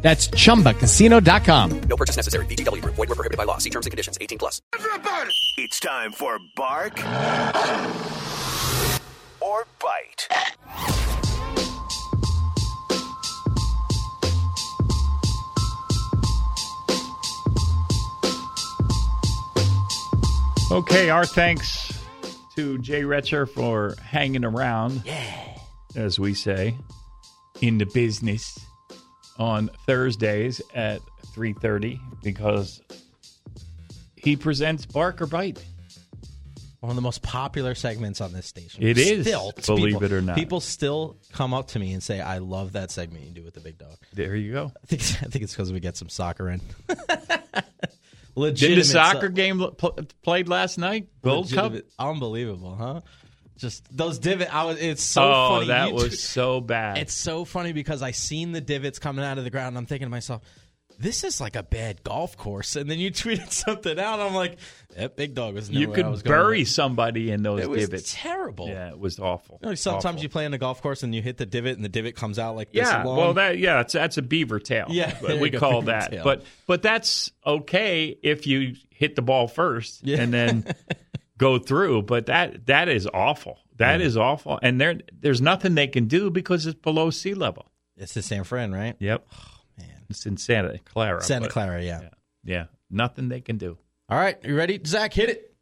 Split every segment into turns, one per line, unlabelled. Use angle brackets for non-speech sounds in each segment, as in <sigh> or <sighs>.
That's chumbacasino.com.
No purchase necessary. BGW. Void were prohibited by law. See terms and conditions. 18 plus.
It's time for bark or bite.
Okay, our thanks to Jay Retcher for hanging around, as we say, in the business on Thursdays at 3.30 because he presents Bark or Bite.
one of the most popular segments on this station.
It is,
still, it's
believe
people-
it or not.
People still come up to me and say, "I love that segment you do with the big dog."
There you go.
I think <laughs> I think it's because we get some soccer in. <laughs>
Did
Legitimate
the soccer
so-
game lo- pl- played last night? Gold Cup?
legitimate- unbelievable, huh? Just those divot. I was. It's so
oh,
funny.
that
You
was
do-
so bad.
It's so funny because I seen the divots coming out of the ground. And I'm thinking to myself, this is like a bad golf course. And then you <laughs> tweeted something out. And I'm like, that big dog was.
you
nowhere I was
could
going
bury
with.
somebody in those
It was
divots.
terrible.
yeah, it was awful.
You know, sometimes
Awful.
you play on a golf course and you hit the divot and the divot comes out like this
Yeah,
long.
well, that yeah, it's, that's a beaver tail. <laughs>
Yeah,
but
there
we
you go, <laughs>
call
beaver
that.
tail.
But but that's okay if you hit the ball first and
<laughs>
then go through. But that that is awful. That is awful. And there there's nothing they can do because it's below sea level.
it's the San Fran, right?
<sighs> Yep.
man.
It's in Santa Clara.
Santa
but-
Clara, yeah.
Yeah, nothing they can do.
All right, you ready? Zach, hit it.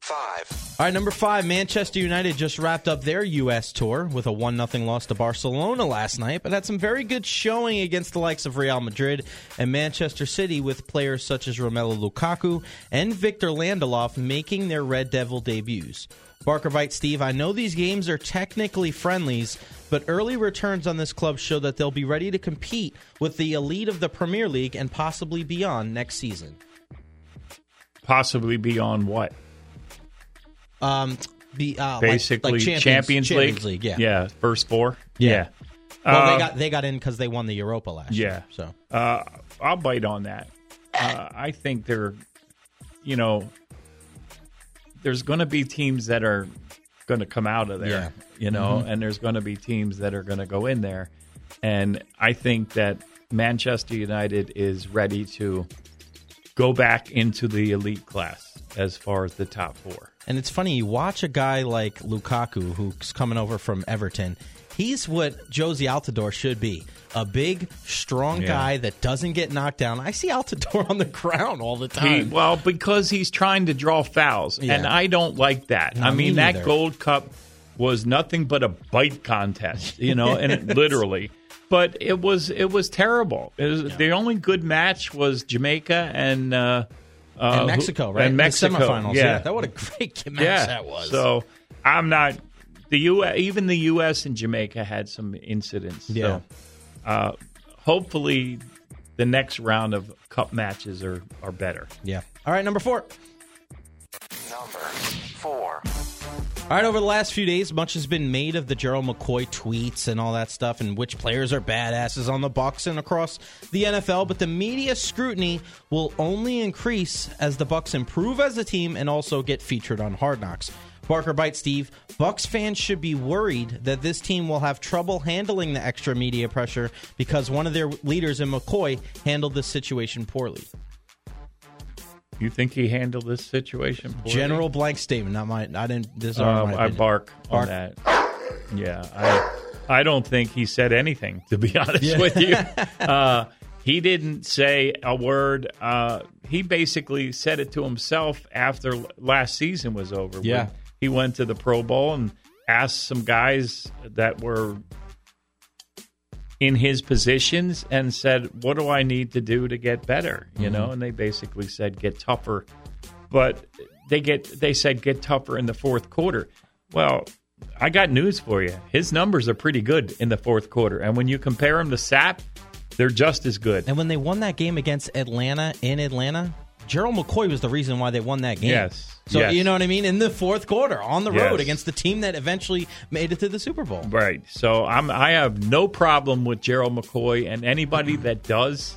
Five.
All right, number five, Manchester United just wrapped up their U.S. tour with a 1 0 loss to Barcelona last night, but had some very good showing against the likes of Real Madrid and Manchester City with players such as Romelu Lukaku and Victor Landaloff making their Red Devil debuts. Barker Bite Steve, I know these games are technically friendlies, but early returns on this club show that they'll be ready to compete with the elite of the Premier League and possibly beyond next season.
Possibly beyond what?
Um, the, uh, like- like
Basically,
Champions,
Champions,
League, yeah.
yeah, first four.
Yeah. Well,
Uh,
they got they got in because they won the Europa last
Yeah.
year. So
Uh, I'll bite on that. Uh, I think they're, you know, there's going to be teams that are going to come out of there,
Yeah.
you know, and there's going to be teams that are going to go in there. And I think that Manchester United is ready to go back into the elite class as far as the top four.
and it's funny you watch a guy like Lukaku who's coming over from Everton. He's what Josie Altidore should be. A big, strong
Yeah.
guy that doesn't get knocked down. I see Altidore <laughs> on the ground all the
He-
time.
well, because he's trying to draw fouls, and
Yeah.
I don't like that.
No,
I
me
mean, that
neither.
Gold Cup was nothing but a bite contest, you know,
<laughs>
and it, literally. But it was it was terrible. It was, The only good match was Jamaica and uh, uh,
and
who-
Mexico, right?
And
the
Mexico,
semifinals.
yeah,
that what a <laughs> great match
yeah.
that was.
So I'm not the U. Even the U.S. and Jamaica had some incidents.
Yeah.
So, uh, hopefully, the next round of cup matches are are better.
yeah. All right, number four.
Number four.
All right, over the last few days, much has been made of the Gerald McCoy tweets and all that stuff, and which players are badasses on the Bucks and across the NFL. But the media scrutiny will only increase as the Bucks improve as a team and also get featured on Hard Knocks. Barker Bite Steve, Bucks fans should be worried that this team will have trouble handling the extra media pressure because one of their leaders in McCoy handled this situation poorly.
You think he handled this situation? poorly?
General blank statement, not my. I didn't. This is
um, I
my opinion.
bark,
Bark.
on that. Yeah, I, I don't think he said anything. To be <laughs> honest with
<laughs>
you, uh, he didn't say a word. Uh, he basically said it to himself after l- last season was over. when
Yeah.
he went to the Pro Bowl and asked some guys that were in his positions and said, "What do I need to do to get better?"
Mm-hmm.
You know, and they basically said, "Get tougher." But they get they said, "Get tougher in the fourth quarter." Well, I got news for you. His numbers are pretty good in the fourth quarter, and when you compare him to Sap, they're just as good.
And when they won that game against Atlanta in Atlanta, Gerald McCoy was the reason why they won that game.
Yes.
So
Yes.
you know what I mean? In the fourth quarter, on the
Yes.
road against the team that eventually made it to the Super Bowl.
Right. So I'm I have no problem with Gerald McCoy and anybody that does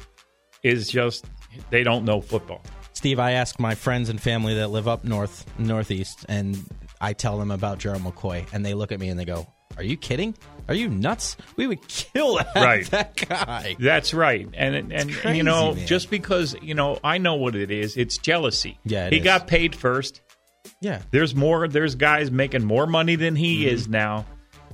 is just they don't know football.
Steve, I ask my friends and family that live up north, northeast, and I tell them about Gerald McCoy, and they look at me and they go, "Are you kidding? Are you nuts? We would kill <laughs> that,
Right.
that guy."
That's right. And and, and
crazy,
you know,
man.
just because, you know, I know what it is, it's jealousy.
Yeah, it
he
is.
got paid first.
Yeah.
There's more there's guys making more money than he is now.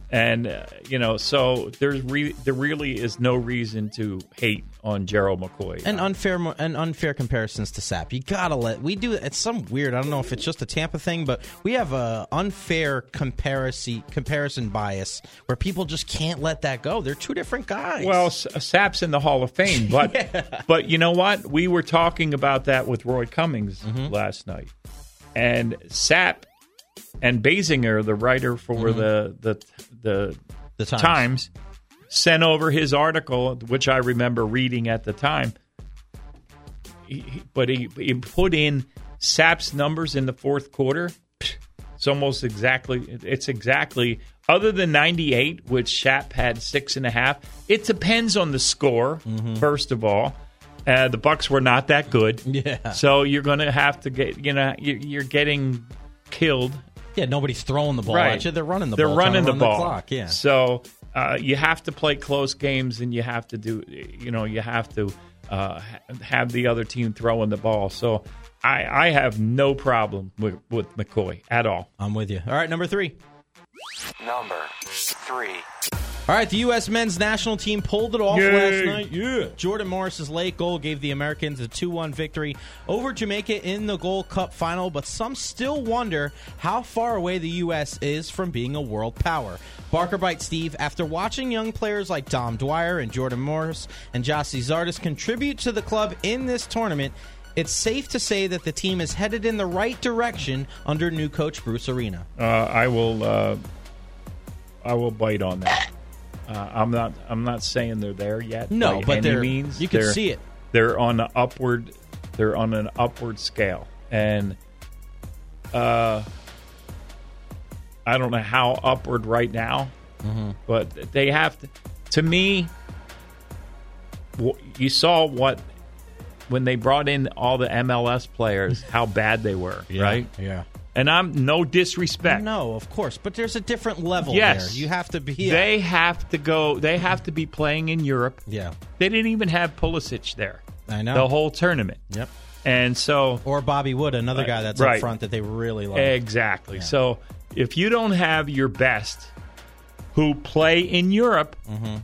And uh, you know, so there's re- there really is no reason to hate on Gerald McCoy.
and unfair mo- and unfair comparisons to Sap. You gotta let we do it's some weird. I don't know if it's just a Tampa thing, but we have a unfair comparison comparison bias where people just can't let that go. They're two different guys.
Well, S- uh, Sapp's in the Hall of Fame, but but you know what? We were talking about that with Roy Cummings last night, and Sapp and Basinger, the writer for the the the
the times.
Times, sent over his article, which I remember reading at the time. He- he- but he, he put in Sapp's numbers in the fourth quarter. Psh, It's almost exactly. It's exactly other than ninety eight, which Sapp had six and a half. It depends on the score.
Mm-hmm.
First of all, uh, the Bucks were not that good.
<laughs> Yeah.
So you're going to have to get. You know, you- you're getting killed
Yeah, nobody's throwing the ball at you. They're running the
They're
ball.
running
trying to
the
run
ball.
clock. Yeah.
So uh, you have to play close games, and you have to do. You know, you have to uh, ha- have the other team throwing the ball. So I, I have no problem with, with McCoy at all.
I'm with you. All right, number three.
Number three.
All right, the U.S. men's national team pulled it off
Yay.
last night. Yeah. Jordan Morris's late goal gave the Americans a 2 1 victory over Jamaica in the Gold Cup final, but some still wonder how far away the U.S. is from being a world power. Barker Bite Steve, after watching young players like Dom Dwyer and Jordan Morris and Jossie Zardes contribute to the club in this tournament, it's safe to say that the team is headed in the right direction under new coach Bruce Arena.
Uh, I will. Uh, I will bite on that. Uh, I'm not. I'm not saying they're there yet.
No,
by
but
any
they're-
means.
you can
They're-
see it.
They're on an upward. They're on an upward scale, and uh, I don't know how upward right now,
Mm-hmm.
but they have to. To me, w- you saw what when they brought in all the MLS
<laughs>
players, how bad they were, right?
Yeah.
And I'm no disrespect.
No, of course, but there's a different level
Yes.
there. You have to be.
They have to go. They have to be playing in Europe.
yeah.
They didn't even have Pulisic there.
I know.
the whole tournament.
Yep.
And so
Or Bobby Wood, another guy that's up
Uh, Right.
front that they really like.
exactly. So if you don't have your best who play in Europe,
Mm-hmm.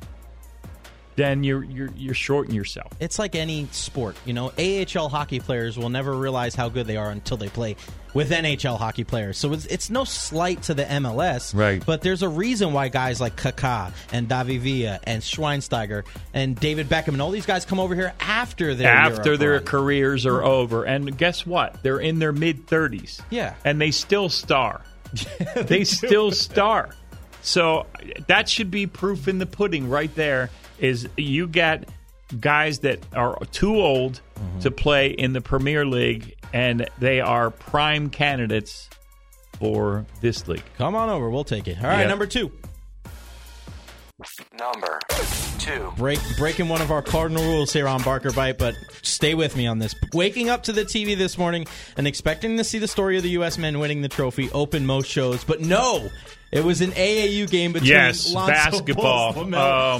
then you're you're you're shorting yourself.
It's like any sport, you know. AHL hockey players will never realize how good they are until they play with NHL hockey players. So it's, it's no slight to the MLS,
Right.
But there's a reason why guys like Kaká and Davi Villa and Schweinsteiger and David Beckham and all these guys come over here after their
After
Europe
their
run.
careers are over, and guess what? They're in their mid thirties.
Yeah.
and they still
<laughs>
star. they still star. So that should be proof in the pudding right there is you got guys that are too old
Mm-hmm.
to play in the Premier League and they are prime candidates for this league.
Come on over, we'll take it. All right,
Yep.
number two.
Number two.
break breaking one of our cardinal rules here on Barker Bite, but stay with me on this. Waking up to the TV this morning and expecting to see the story of the U.S. men winning the trophy open most shows, but no, it was an AAU game between
Yes,
Lonzo
basketball.
Bulls, LaMelo,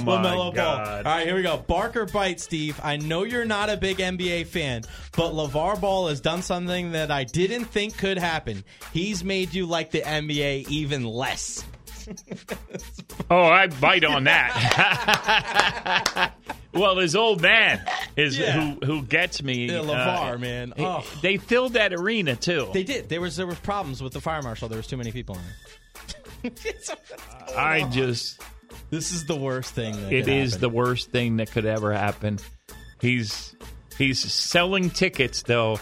Oh, my
LaMelo Ball.
God.
All right, here we go. Barker Bite, Steve. I know you're not a big NBA fan, but LeVar Ball has done something that I didn't think could happen. He's made you like the NBA even less.
Oh, I bite on that. <laughs> well, his old man is
Yeah.
who who gets me.
Yeah,
uh,
LeVar, man.
he-
Oh.
They filled that arena too.
They did. There was there was problems with the fire marshal. There was too many people in it.
<laughs> I just
This is the worst thing. That
it
could
is
happen.
the worst thing that could ever happen. He's he's selling tickets though,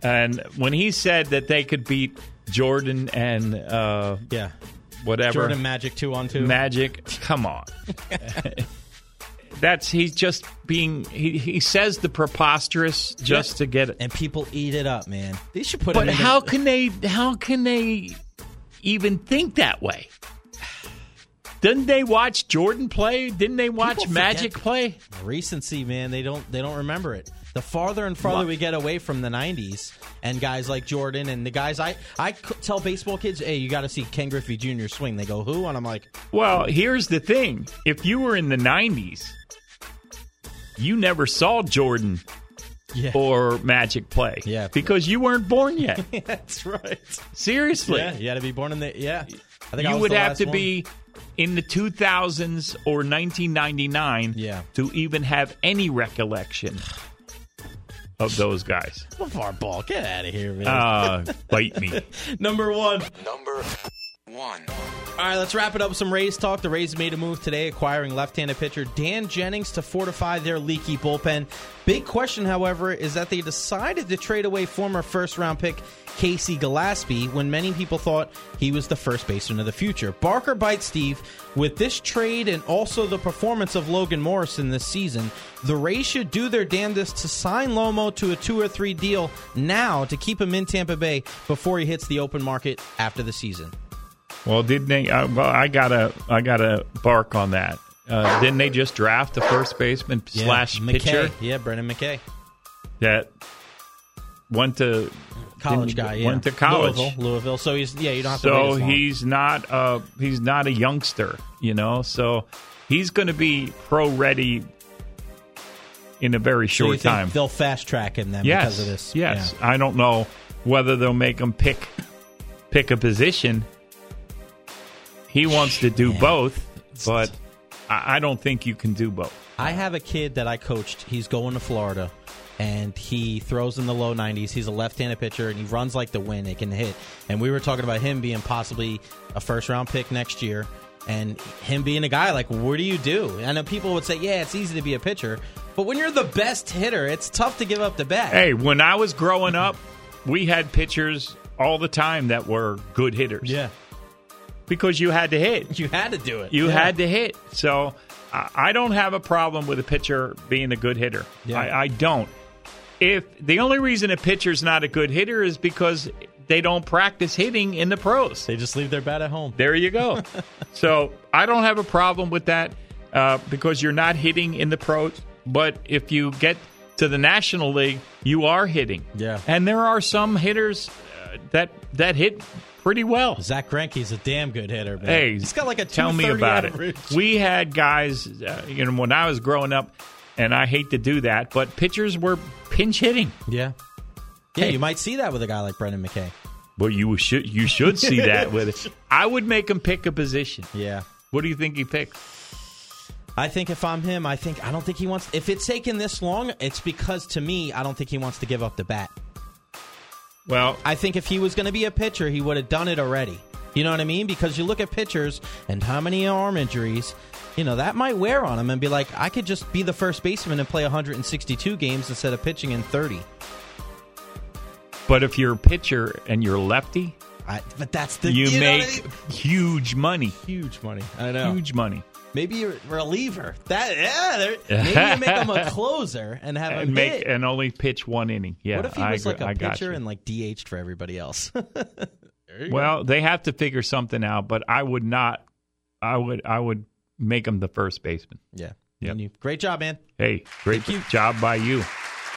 and when he said that they could beat Jordan and uh,
yeah.
whatever
Jordan Magic two on two.
Magic, come on, that's he's just being he, he says the preposterous just to get it.
and people eat it up, man. They should put.
But
it in
how
the,
can they how can they even think that way? Didn't they watch Jordan play? Didn't they watch
People forget
Magic play?
recency, man? They don't. They don't remember it. The farther and farther we get away from the '90s, and guys like Jordan and the guys I I c- tell baseball kids, hey, you got to see Ken Griffey Jr. swing. They go, who? And I'm like,
<laughs> Well, here's the thing. If you were in the 90s, you never saw Jordan
yeah,
or Magic play.
Yeah.
Because you weren't born yet.
<laughs> that's right.
Seriously.
Yeah, you got to be born in the yeah. I think I
You
was
would
the
have
last
to
one.
be in the 2000s or 1999
Yeah.
to even have any recollection of those guys.
Levar Ball. Get out of here, man.
Uh, bite me.
Number one.
Number one.
All right, let's wrap it up with some Rays talk. The Rays made a move today, acquiring left-handed pitcher Dan Jennings to fortify their leaky bullpen. Big question, however, is that they decided to trade away former first-round pick Casey Gillespie when many people thought he was the first baseman of the future. Barker bites Steve. With this trade and also the performance of Logan Morrison this season, the Rays should do their damnedest to sign Lomo to a two or three deal now to keep him in Tampa Bay before he hits the open market after the season.
Well, didn't they? Uh, well, I gotta, I gotta bark on that. Uh, didn't they just draft the first baseman
Yeah,
slash
McKay.
pitcher
Yeah, Brendan McKay,
that went to
college
didn't-
guy. Yeah.
Went to college,
Louisville, Louisville. So he's yeah, you don't have to. wait
so
as long.
he's not a he's not a youngster, you know. So he's going to be pro ready in a very
So you
short
think
time.
They'll fast track him then
yes,
because of this.
yes.
Yeah.
I don't know whether they'll make him pick pick a position. He wants to do both, but I, I don't think you can do both.
I have a kid that I coached. He's going to Florida, and he throws in the low 90s. He's a left-handed pitcher, and he runs like the wind. It can hit. And we were talking about him being possibly a first-round pick next year, and him being a guy like, what do you do? I know people would say, yeah, it's easy to be a pitcher, but when you're the best hitter, it's tough to give up the bat.
Hey, when I was growing up, we had pitchers all the time that were good hitters.
Yeah, <laughs>
Because you had to hit.
you had to do it.
You
Yeah.
had to hit. So I I don't have a problem with a pitcher being a good hitter.
Yeah.
I, I don't. If the only reason a pitcher's not a good hitter is because they don't practice hitting in the pros.
They just leave their bat at home.
There you go. so I don't have a problem with that uh, because you're not hitting in the pros. But if you get to the National League, you are hitting.
Yeah.
And there are some hitters uh, that that hit pretty well.
Zach Greinke's a damn good hitter, man.
Hey,
he's got like a
tell me about
average.
it. We had guys, uh, you know, when I was growing up, and I hate to do that, but pitchers were pinch hitting.
Yeah, yeah.
Hey.
You might see that with a guy like Brendan McKay.
Well, you should you should see <laughs> that with it. I would make him pick a position.
Yeah,
What do you think he picked?
I think if I'm him, I think I don't think he wants. If it's taken this long, it's because to me, I don't think he wants to give up the bat.
Well,
I think if he was going to be a pitcher, he would have done it already. You know what I mean? Because you look at pitchers and how many arm injuries, you know, that might wear on him and be like, I could just be the first baseman and play 162 games instead of pitching in 30.
but if you're a pitcher and you're lefty,
I, but that's the
you,
know what I
make
mean?
huge money.
huge money. I know.
Huge money.
Maybe a reliever. That yeah.
<laughs>
there- Maybe you make him a closer and have him
And make
hit.
and only pitch one inning. Yeah,
what if he
I
was
agree.
like a
I got
pitcher
you.
and like DH'd for everybody else? <laughs>
Well, they have to figure something out, but I would not. I would. I would make him the first baseman.
yeah.
Yep.
And you- Great job, man.
Hey, great
Thank you.
job by you.